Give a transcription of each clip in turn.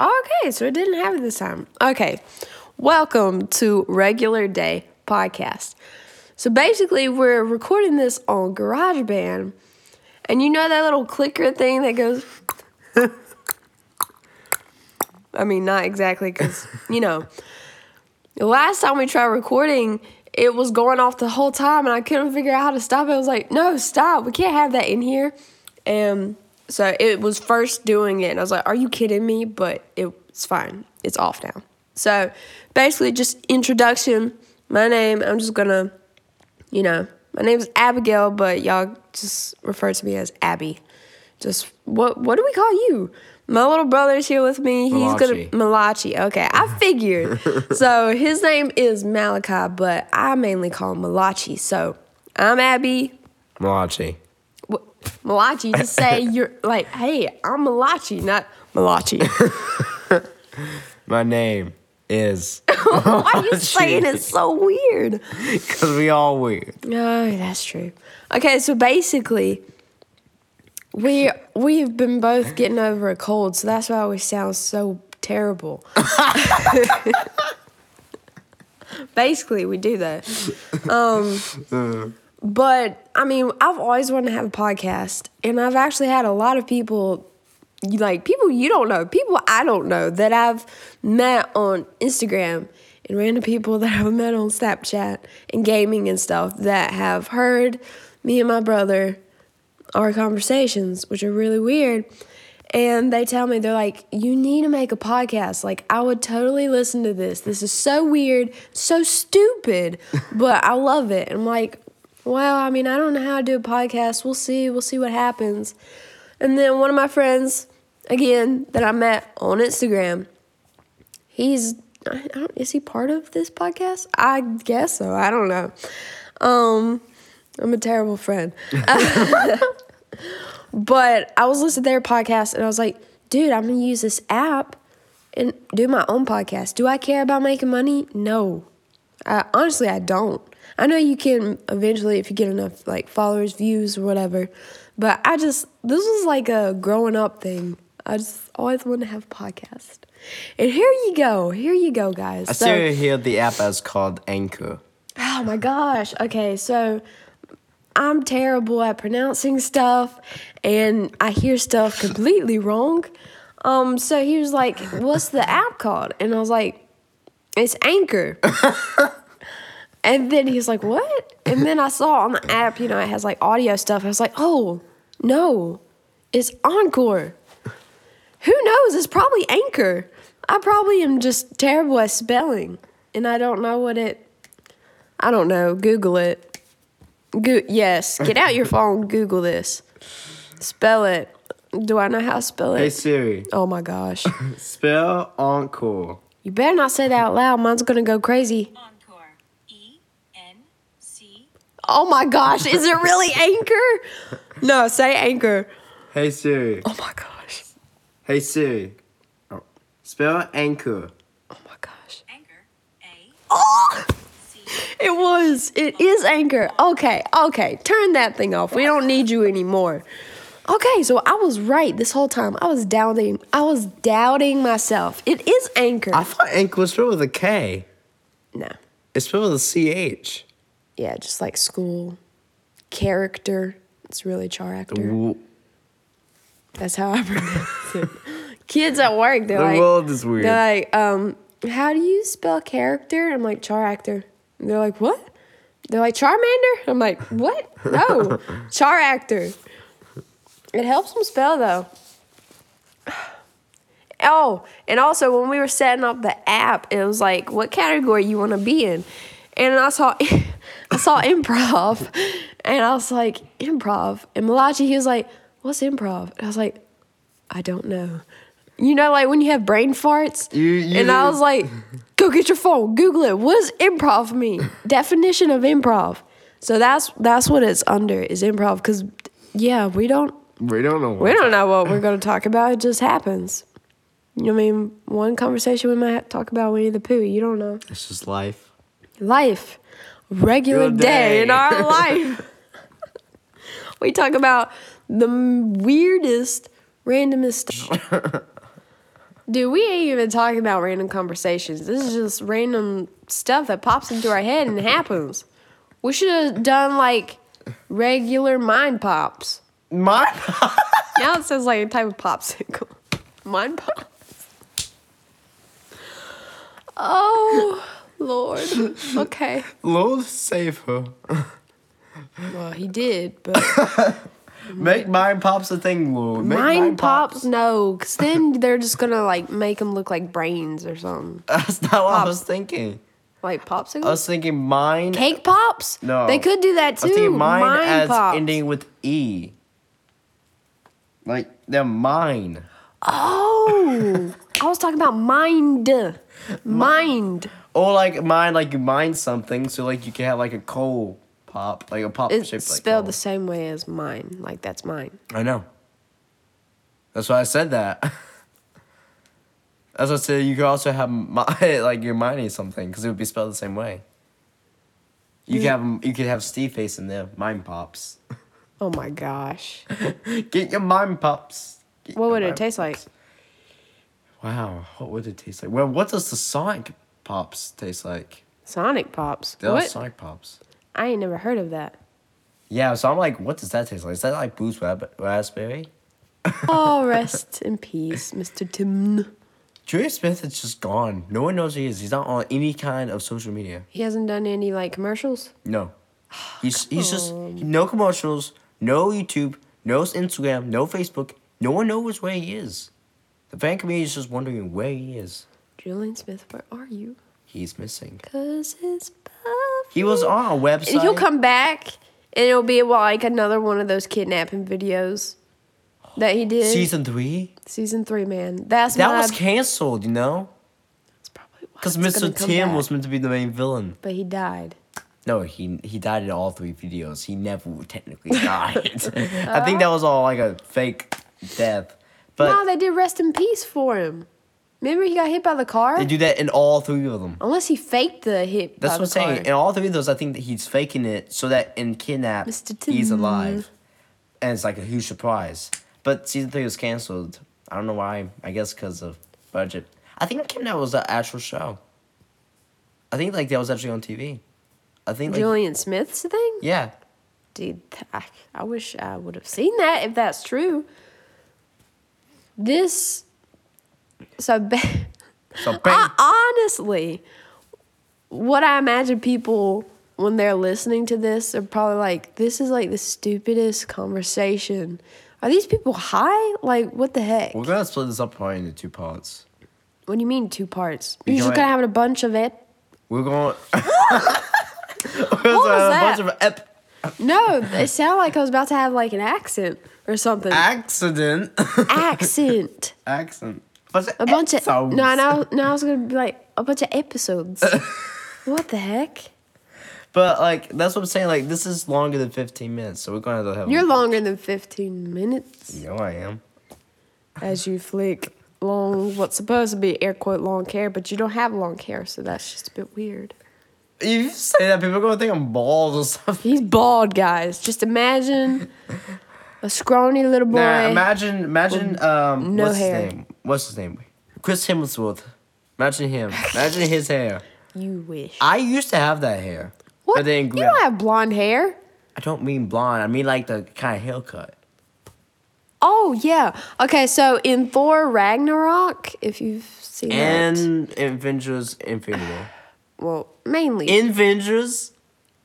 Okay, so it didn't have it this time. Okay, welcome to Regular Day Podcast. So basically, we're recording this on GarageBand, and you know that little clicker thing that goes. I mean, not exactly, because, you know, the last time we tried recording, it was going off the whole time, and I couldn't figure out how to stop it. I was like, no, stop. We can't have that in here. And so it was first doing it, and I was like, are you kidding me? But it's fine. It's off now. So basically, just introduction. My name, I'm just gonna, you know, my name's Abigail, but y'all just refer to me as Abby. Just what what do we call you? My little brother's here with me. He's Malachi. gonna Malachi. Okay, I figured. so his name is Malachi, but I mainly call him Malachi. So I'm Abby. Malachi. What, Malachi, just say you're like, hey, I'm Malachi, not Malachi. My name is Why are you saying it so weird? because we all weird. No, that's true. Okay, so basically, we we've been both getting over a cold, so that's why we sound so terrible. basically, we do that. Um, but I mean, I've always wanted to have a podcast, and I've actually had a lot of people. you- Like people you don't know, people I don't know that I've met on Instagram, and random people that I've met on Snapchat and gaming and stuff that have heard me and my brother our conversations, which are really weird. And they tell me, they're like, you need to make a podcast. Like, I would totally listen to this. This is so weird, so stupid, but I love it. I'm like, well, I mean, I don't know how to do a podcast. We'll see. We'll see what happens. And then one of my friends, again, that I met on Instagram, he's, I I don't, is he part of this podcast? I guess so. I don't know. Um, I'm a terrible friend. But I was listening to their podcast and I was like, dude, I'm gonna use this app and do my own podcast. Do I care about making money? No. I, honestly, I don't. I know you can eventually if you get enough like followers, views, or whatever. But I just this was like a growing up thing. I just always wanted to have a podcast. And here you go. Here you go, guys. I So- still hear the app as called Anchor. Oh my gosh. Okay, so I'm terrible at pronouncing stuff and I hear stuff completely wrong. Um so he was like, "What's the app called?" And I was like, "It's Anchor." and then he's like, "What?" And then I saw on the app, you know, it has like audio stuff. I was like, "Oh, no. It's Encore." Who knows? It's probably Anchor. I probably am just terrible at spelling and I don't know what it I don't know. Google it. Go- yes, get out your phone. Google this. Spell it. Do I know how to spell Hey it? Siri, Oh my gosh! spell encore. You better not say that out loud. Mine's gonna go crazy. Encore. E N C Oh my gosh! Is it really anchor? No, say anchor. Hey Siri, Oh my gosh! hey Siri, Oh. spell anchor. Oh my gosh! Anchor. A Oh, C it was. It is anchor. Okay, okay. Turn that thing off. We don't need you anymore. Okay, so I was right this whole time. I was doubting. I was doubting myself. It is anchor. I thought anchor was spelled with a K. no. It's spelled with a C H. yeah, just like school character. It's really char The, actor. wo- That's how I pronounce it. Kids at work, they're the like, world is weird. they're like, um, how do you spell character? I'm like char actor. And they're like, what? They're like Charmander. I'm like, what? No, char actor. It helps them spell though. Oh, and also when we were setting up the app, it was like, what category you want to be in? And I saw, I saw improv, and I was like, improv. And Malachi, he was like, what's improv? And I was like, I don't know. You know, like when you have brain farts, You- you- and I was like, go get your phone, Google it. What does improv mean? Definition of improv. So that's that's what it's under is improv. Because yeah, we don't we don't know. we what- don't know what we're going to talk about. It just happens. You know what I mean? One conversation we might talk about Winnie the Pooh. You don't know. It's just life. Life. Regular Good day. in day. our life. we talk about the m- weirdest, randomest. Dude, we ain't even talking about random conversations. This is just random stuff that pops into our head and happens. We should have done like regular mind pops. My Now it sounds like a type of popsicle. Mind pops. Oh, Lord. Okay. Lord save her. Well, he did, but Make mine pops a thing, Lord. Make mind pops, no, 'cause then they're just gonna like make them look like brains or something. That's not what I was thinking. Like popsicles? I was thinking mine. Cake pops? No. They could do that I too. was thinking mine, Mind as pops. ending with e. Like they're mine. Oh. I was talking about mind. Mind. Or Oh, like mine, like you mine something, so like you can have like a coal pop, like a pop It's shaped like spelled coal. the same way as mine. Like that's mine. I know. That's why I said that. As I said, you could also have mi- like you're mining something because it would be spelled the same way. You Mm. could have you could have Steve face in there. Mine pops. Oh my gosh. Get your mine pops. Get What your would it mime taste like? pops. Wow, what would it taste like? Well, what does the Sonic pops taste like? Sonic pops. They are what? Sonic pops. I ain't never heard of that. Yeah, so I'm like, what does that taste like? Is that like Boost rab- Raspberry? Oh, rest in peace, Mr. Tim. Julia Smith is just gone. No one knows who he is. He's not on any kind of social media. He hasn't done any like commercials. No. He's he's just Um. no commercials, no YouTube, no Instagram, no Facebook. No one knows where he is. The fan community is just wondering where he is. Julian Smith, where are you? He's missing. Cause it's perfect. He was on a website. And he'll come back, and it'll be like another one of those kidnapping videos that he did. season three. Season three, man. That's That my, was canceled, you know, that's probably why because it's gonna Mr. come Tim back. was meant to be the main villain. But he died. No, he he died in all three videos. He never technically died. I think that was all like a fake death. But no, they did rest in peace for him. Remember he got hit by the car? they do that in all three of them. Unless he faked the hit. That's by what the I'm saying. car. In all three of those, I think that he's faking it so that in Kidnap, Mr. he's Tim. alive. And it's like a huge surprise. But season three was canceled. I don't know why. I guess because of budget. I think Kidnap was the actual show. I think like that was actually on TV. I think like, Julian Smith's thing? yeah. Dude, th- I, I wish I would have seen that if that's true. This. So, ba- So bang. Ah! I, honestly, what I imagine people when they're listening to this are probably like, this is like the stupidest conversation. Are these people high? Like, what the heck? We're gonna split this up probably into two parts. What do you mean two parts? You're You know just what? gonna have a bunch of it. We're going. what was that? A bunch of ep- No, it sounded like I was about to have like an accent or something. accident. accent. Accent. Bunch of A bunch of episodes. no, no, no. I was gonna be like a bunch of episodes. what the heck? But like that's what I'm saying. Like this is longer than 15 minutes, so we're gonna have to have. You're longer than fifteen minutes. You know I am. as you flick long what's supposed to be air quote long hair, but you don't have long hair, so that's just a bit weird. If you say that, people are gonna think I'm bald or something. He's bald, guys. Just imagine a scrawny little boy. Nah, imagine, imagine. Um, no what's hair. his name? What's his name? Chris Hemsworth. Imagine him. Imagine his hair. you wish. I used to have that hair. what? But then You grew out. don't have blonde hair. I don't mean blonde. I mean like the kind of haircut. Oh yeah. Okay, so in Thor Ragnarok, if you've seen that, And Avengers Infinity. War. well, mainly In Avengers.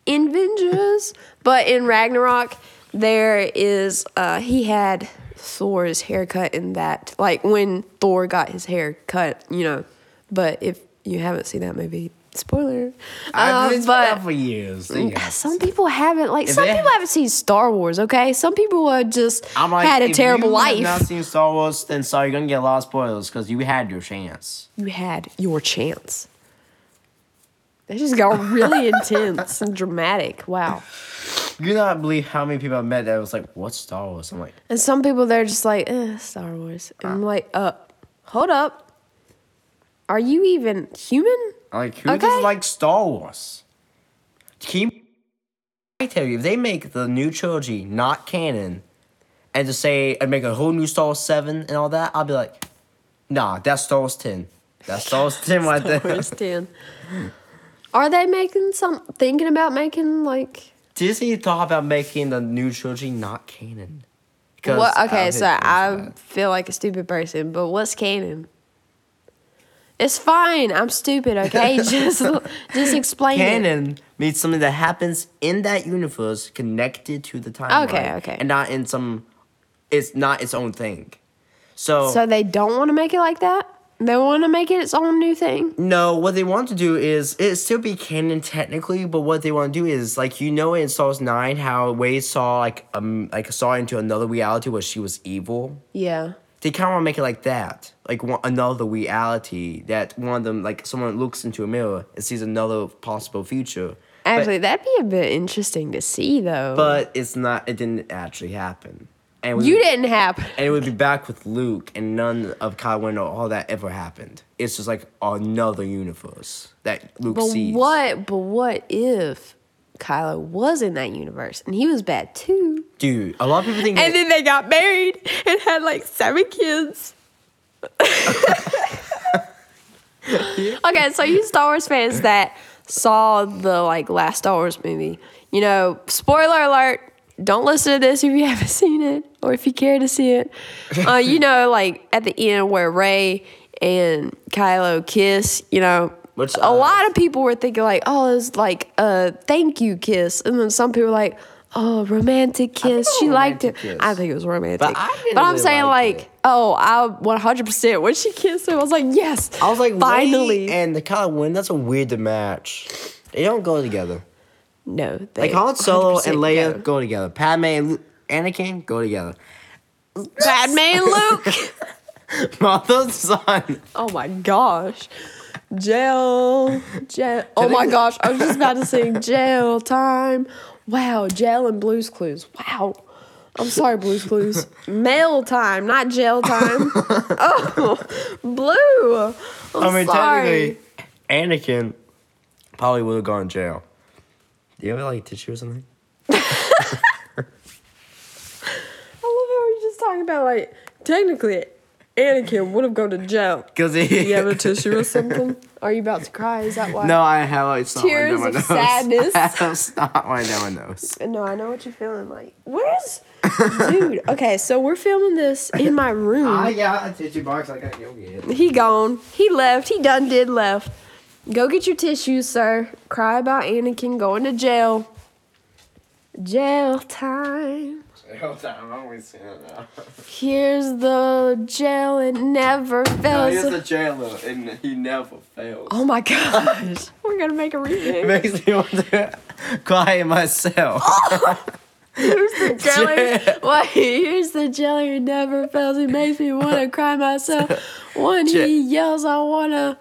in Avengers, but in Ragnarok, there is uh he had Thor's haircut in that, like when Thor got his hair cut, you know. But if you haven't seen that movie, spoiler. I've Uh, Mm, been that for years. some people haven't like If some they- people haven't seen Star Wars. Okay, some people have just I'm like, had a if terrible you life. Have not seen Star Wars, then sorry, you're gonna get a lot of spoilers because you had your chance. you had your chance. They just got really intense and dramatic. Wow. You not believe how many people I met that was like, "What's Star Wars?" I'm like, And some people they're just like, eh, Star Wars. And I'm like, uh, hold up. Are you even human? I'm like who Okay. does like Star Wars? Keep. I tell you, if they make the new trilogy not canon, and just say and make a whole new Star Wars seven and all that, I'll be like, Nah, that's Thorsten. That's Thorsten right there. Thorsten. Are they making some thinking about making like Disney thought about making the new trilogy not canon. 'Cause what of okay, his so I internet. feel like a stupid person, but what's canon? It's fine. I'm stupid, okay? just just explain it. Canon means something that happens in that universe connected to the timeline. Okay, okay. And not in some it's not its own thing. So, So they don't want to make it like that? They want to make it its own new thing? no, what they want to do is it still be canon technically, but what they want to do is like you know in Star Wars Nine how Wade saw like um like saw into another reality where she was evil. Yeah. they kind of want to make it like that, like one, another reality that one of them, like someone looks into a mirror and sees another possible future. But- Actually, that'd be a bit interesting to see though. but, it's not. It didn't actually happen. And we- you didn't happen. And it would be back with Luke, and none of Kylo Ren or all that ever happened. It's just like another universe that Luke But sees. what but what if Kylo was in that universe and he was bad too? dude? A lot of people think. And that- then they got married and had like seven kids. okay, so you Star Wars fans that saw the like last Star Wars movie, you know, spoiler alert, don't listen to this if you haven't seen it or if you care to see it. Uh, you know, like at the end where Ray and Kylo kiss, you know, Which, a uh, lot of people were thinking like, oh, it's like a thank you kiss, and then some people were like, oh, romantic kiss. it She was a liked it. romantic kiss. I think it was romantic, But I didn't am really saying like like, it. oh, I 100 percent when she kissed him, I was like, yes. I was like, finally. finally, and the Kylo Ren. That's a weird match. They don't go together. no, they Like Han Solo and 100% Leia go. go, together. Padme and Lu- Anakin go together. Padme and Luke. Mother's son. oh my gosh. Jail, jail. Oh my gosh, I was just about to sing jail time. Wow, jail and blues clues. Wow. I'm sorry, blues clues. Mail time, not jail time. oh, blue. I'm I mean, sorry. technically, Anakin probably would have gone to jail. Do you have like tissue or something? I love how we're just talking about, like, technically, Anakin would have gone to jail. Cause he. You have a tissue or something? Are you about to cry? Is that why? no, I have it's not right Tears down my of nose. sadness. That's not right down my nose. No, I know what you're feeling like. Where's. Dude, okay, so we're filming this in my room. got a tissue box. I gotta go get it. He gone. He left. He done did left. Go get your tissues, sir. Cry about Anakin going to jail. Jail time. I'm always saying that. Here's the jail it never fails. jailer, and he never fails. oh my gosh. We're gonna make a It remake. makes me want to cry myself. Oh. Here's the jail. Jail. it- Wait, here's the jail it never fails. It makes me wanna cry myself. When he yells, I wanna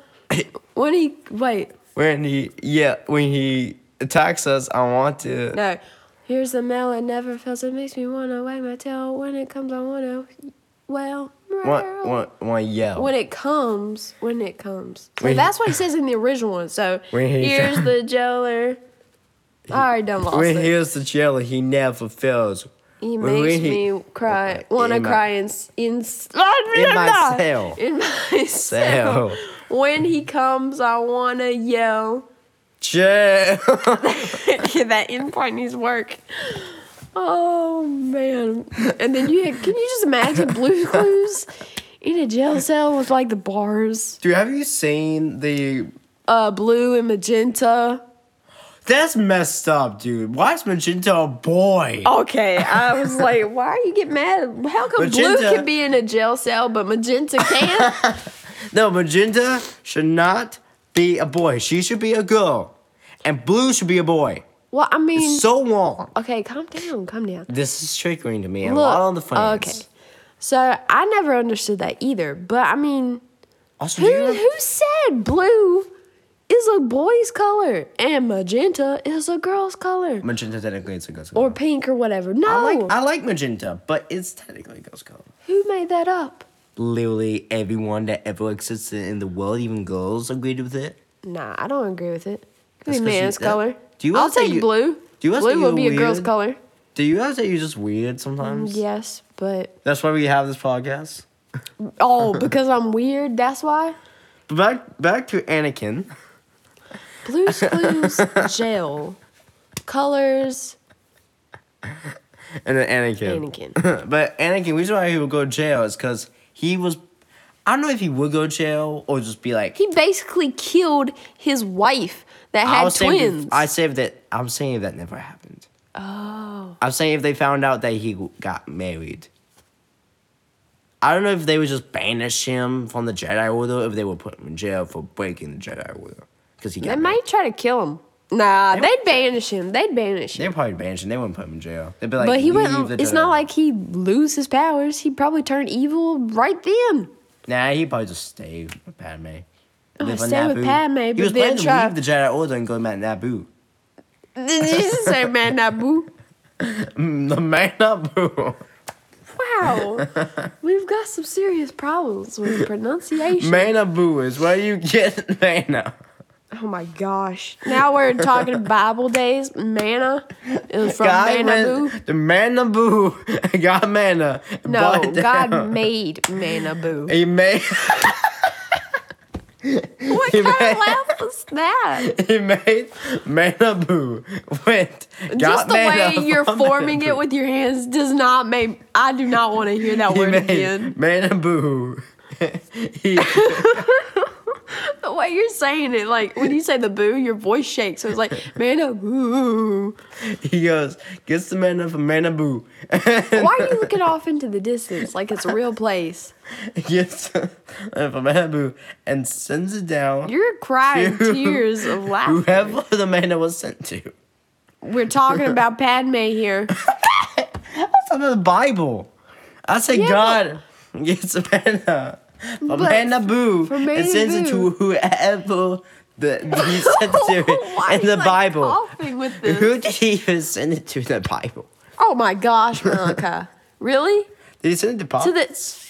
when he wait. When he yeah, when he attacks us, I want to. No. Here's the mail it never fails. It makes me wanna wag my tail. When it comes, I wanna well. Want, want, want to yell. When it comes, when it comes. So When he- that's what he says in the original one. So When he- here's the jailer. I already done lost when it. he is the jailer, he never fails. he when makes he- me cry, in wanna my- cry in s- in s- In my cell. In my cell. Cell. When he comes, I wanna yell. Jail. Yeah, that endpoint needs work. Oh man! And then you had, can you just imagine Blue's Clues in a jail cell with like the bars, Dude, have you seen the? uh, blue and magenta. That's messed up, dude. Why is Magenta a boy? Okay, I was like, why you get mad? How come blue Magenta- can be in a jail cell but magenta can't? No, Magenta should not be a boy. She should be a girl, and Blue should be a boy. well, I mean, So wrong. okay, calm down, calm down. This is triggering to me. and a Look, Oh, lot on the fans. okay. So I never understood that either, but I mean. Also, do you Who know- who said blue is a boy's color and magenta is a girl's color Magenta technically it's a girl's color. or pink or whatever? No, I like I like magenta, but it's technically a girl's color. who made that up? Literally everyone that ever existed in the world, even girls, agreed with it. Nah, I don't agree with it. Could That's be 'cause you- man's that- color. Do you I'll guys think take you- blue. do you guys blue think will you're be a girl's weird? color. Do you guys that you're just weird sometimes? Yes, but That's why we have this podcast. Oh, because I'm weird. That's why. Back back to Anakin. Blue's Clues jail. Colors And then Anakin. Anakin. but Anakin, the reason why he would go to jail is because he was. I don't know if he would go to jail or just be like. He basically killed his wife that had I was saying if- twins. I said that. I'm saying if that never happened. oh. I'm saying if they found out that he got married. I don't know if they would just banish him from the Jedi Order, or if they would put him in jail for breaking the Jedi Order because he got. They married. might try to kill him. Nah, They- they'd banish him. They'd banish him. They'd probably banish him. They wouldn't put him in jail. They'd be like, but he "Leave wouldn't. the It's not Jedi." like he lose his powers. He probably turned evil right then. Nah, he probably just stay with Padme. Live on Oh, stay with Naboo. Padme, He but was then planning try- to leave the Jedi Order and go to Naboo. Did you just say man Naboo? Mm, The man Naboo. Wow, we've got some serious problems with pronunciation. Manaboo is where you get mana. Oh my gosh! Now we're talking Bible days. Manna is from God Manaboo. went- the Manaboo got mana. and No, brought it God down. made Manaboo. He made What He kind of made- laugh was that? he made Manaboo went got Just the way mana you're from forming Manaboo. it with your hands does not make. I do not want to hear that he word made again. Manaboo. he The way you're saying it, like when you say the boo, your voice shakes. So it's like Manaboo. he goes gets the mana from Manaboo. Why are you looking off into the distance like it's a real place? gets from Manabu and sends it down You're crying Dude. tears of laughter. whoever the mana was sent to. We're talking about Padme here. That's not in the Bible. I said Yeah, God gets the mana from Manabu from and sends it to Manabu. whoever the, he sent it Why to are in the you, like, oh. Bible. coughing with this? Who did he even send it to in the Bible? Oh my gosh, Malachi. really? Did he send it to Paul? To the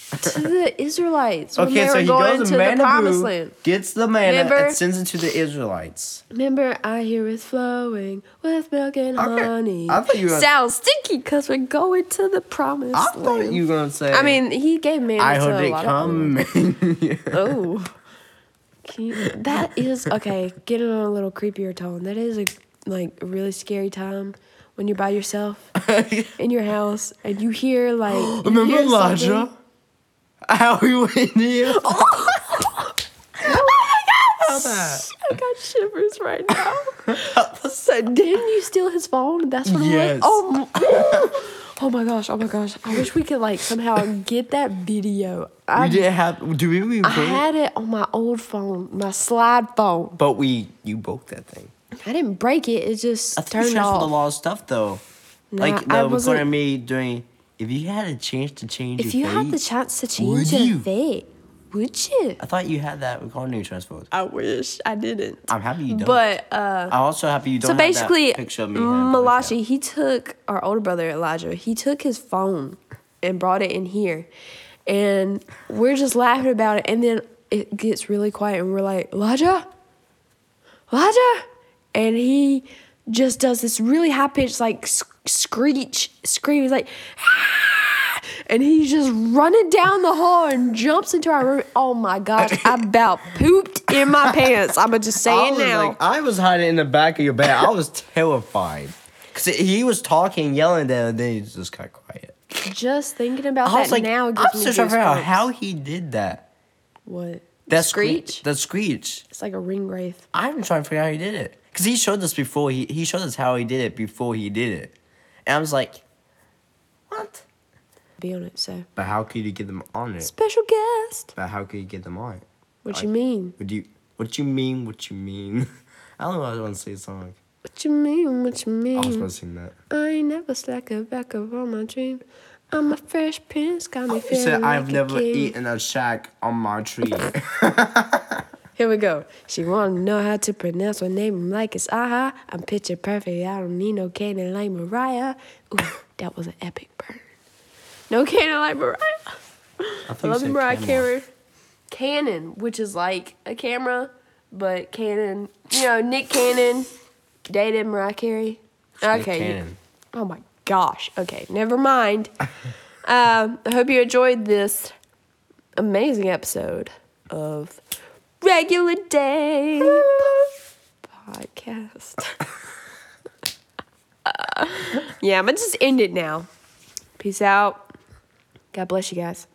to the Israelites when okay, they so were he going goes to to the promised land. Manabu, gets the mana, Remember? and sends it to the Israelites. Remember, I hear it's flowing with milk and Okay. honey. I thought you were- sounds stinky because we're going to the promised I land. thought you were gonna say. I mean, he gave man. I to heard a it lot come. Of oh, Can you- that is okay. Getting on a little creepier tone. That is a like a really scary time when you're by yourself in your house and you hear like you Remember hear Elijah? something- How he went near? Oh my that? gosh! I got shivers right now. so didn't you steal his phone? That's what it Yes. was. Oh, m- oh my gosh! Oh my gosh! I wish we could like somehow get that video. We I didn't have. Do we I record it? had it on my old phone, my slide phone. But we, you broke that thing. I didn't break it. It just I think turned we changed off. for the law stuff though. Nah, like I the recording of wasn't- me doing. If you had a chance to change, if you your had the fate- chance to would change your you? fate, would you? I thought you had that recording you transferred. I wish I didn't. I'm happy you don't. But uh, I'm also happy you don't. so have that basically, mm, picture of me having a Malachi blackout. he took our older brother Elijah. He took his phone and brought it in here, and we're just laughing about it. And then it gets really quiet, and we're like, Elijah, Elijah, and he just does this really high pitched like sc- screech scream. He's like. "Ah!" and he's just running down the hall and jumps into our room. Oh my gosh, I about pooped in my pants. I'ma just say I it was now. like, I was hiding in the back of your bed. I was terrified because he was talking, yelling, and then he just got quiet. just thinking about I was that like, now I'm gives me so trying to figure out goosebumps. how he did that. what That screech? screech. That screech. it's like a ring wraith. I'm trying to figure out how he did it. Because he showed us before, he, he showed us how he did it before he did it. And I was like, what? Be on it. So But how could you get them on it? special guest. But how could you get them on it? What you mean? What do you, what you mean, what you mean? I don't know what I want to say song. What you mean? What you I was mean? supposed to sing that. I ain't never slack a back of all my dreams. I'm a fresh prince, got me You feeling said, like I've a never king." eaten a shack on my tree. Here we go. She wanna know how to pronounce my name like it's aha. I'm picture perfect. I don't need no cannon like Mariah. Ooh, that was an epic burn. No cannon like Mariah. I I think you love the said Mariah camel. Carey. Cannon, which is like a camera, but Cannon. You know, Nick Cannon dated Mariah Carey. Nick Okay. you- Cannon. Oh my gosh. Okay, never mind. um, I hope you enjoyed this amazing episode of Regular Day Podcast. yeah, I'm gonna just end it now. Peace out. God bless you guys.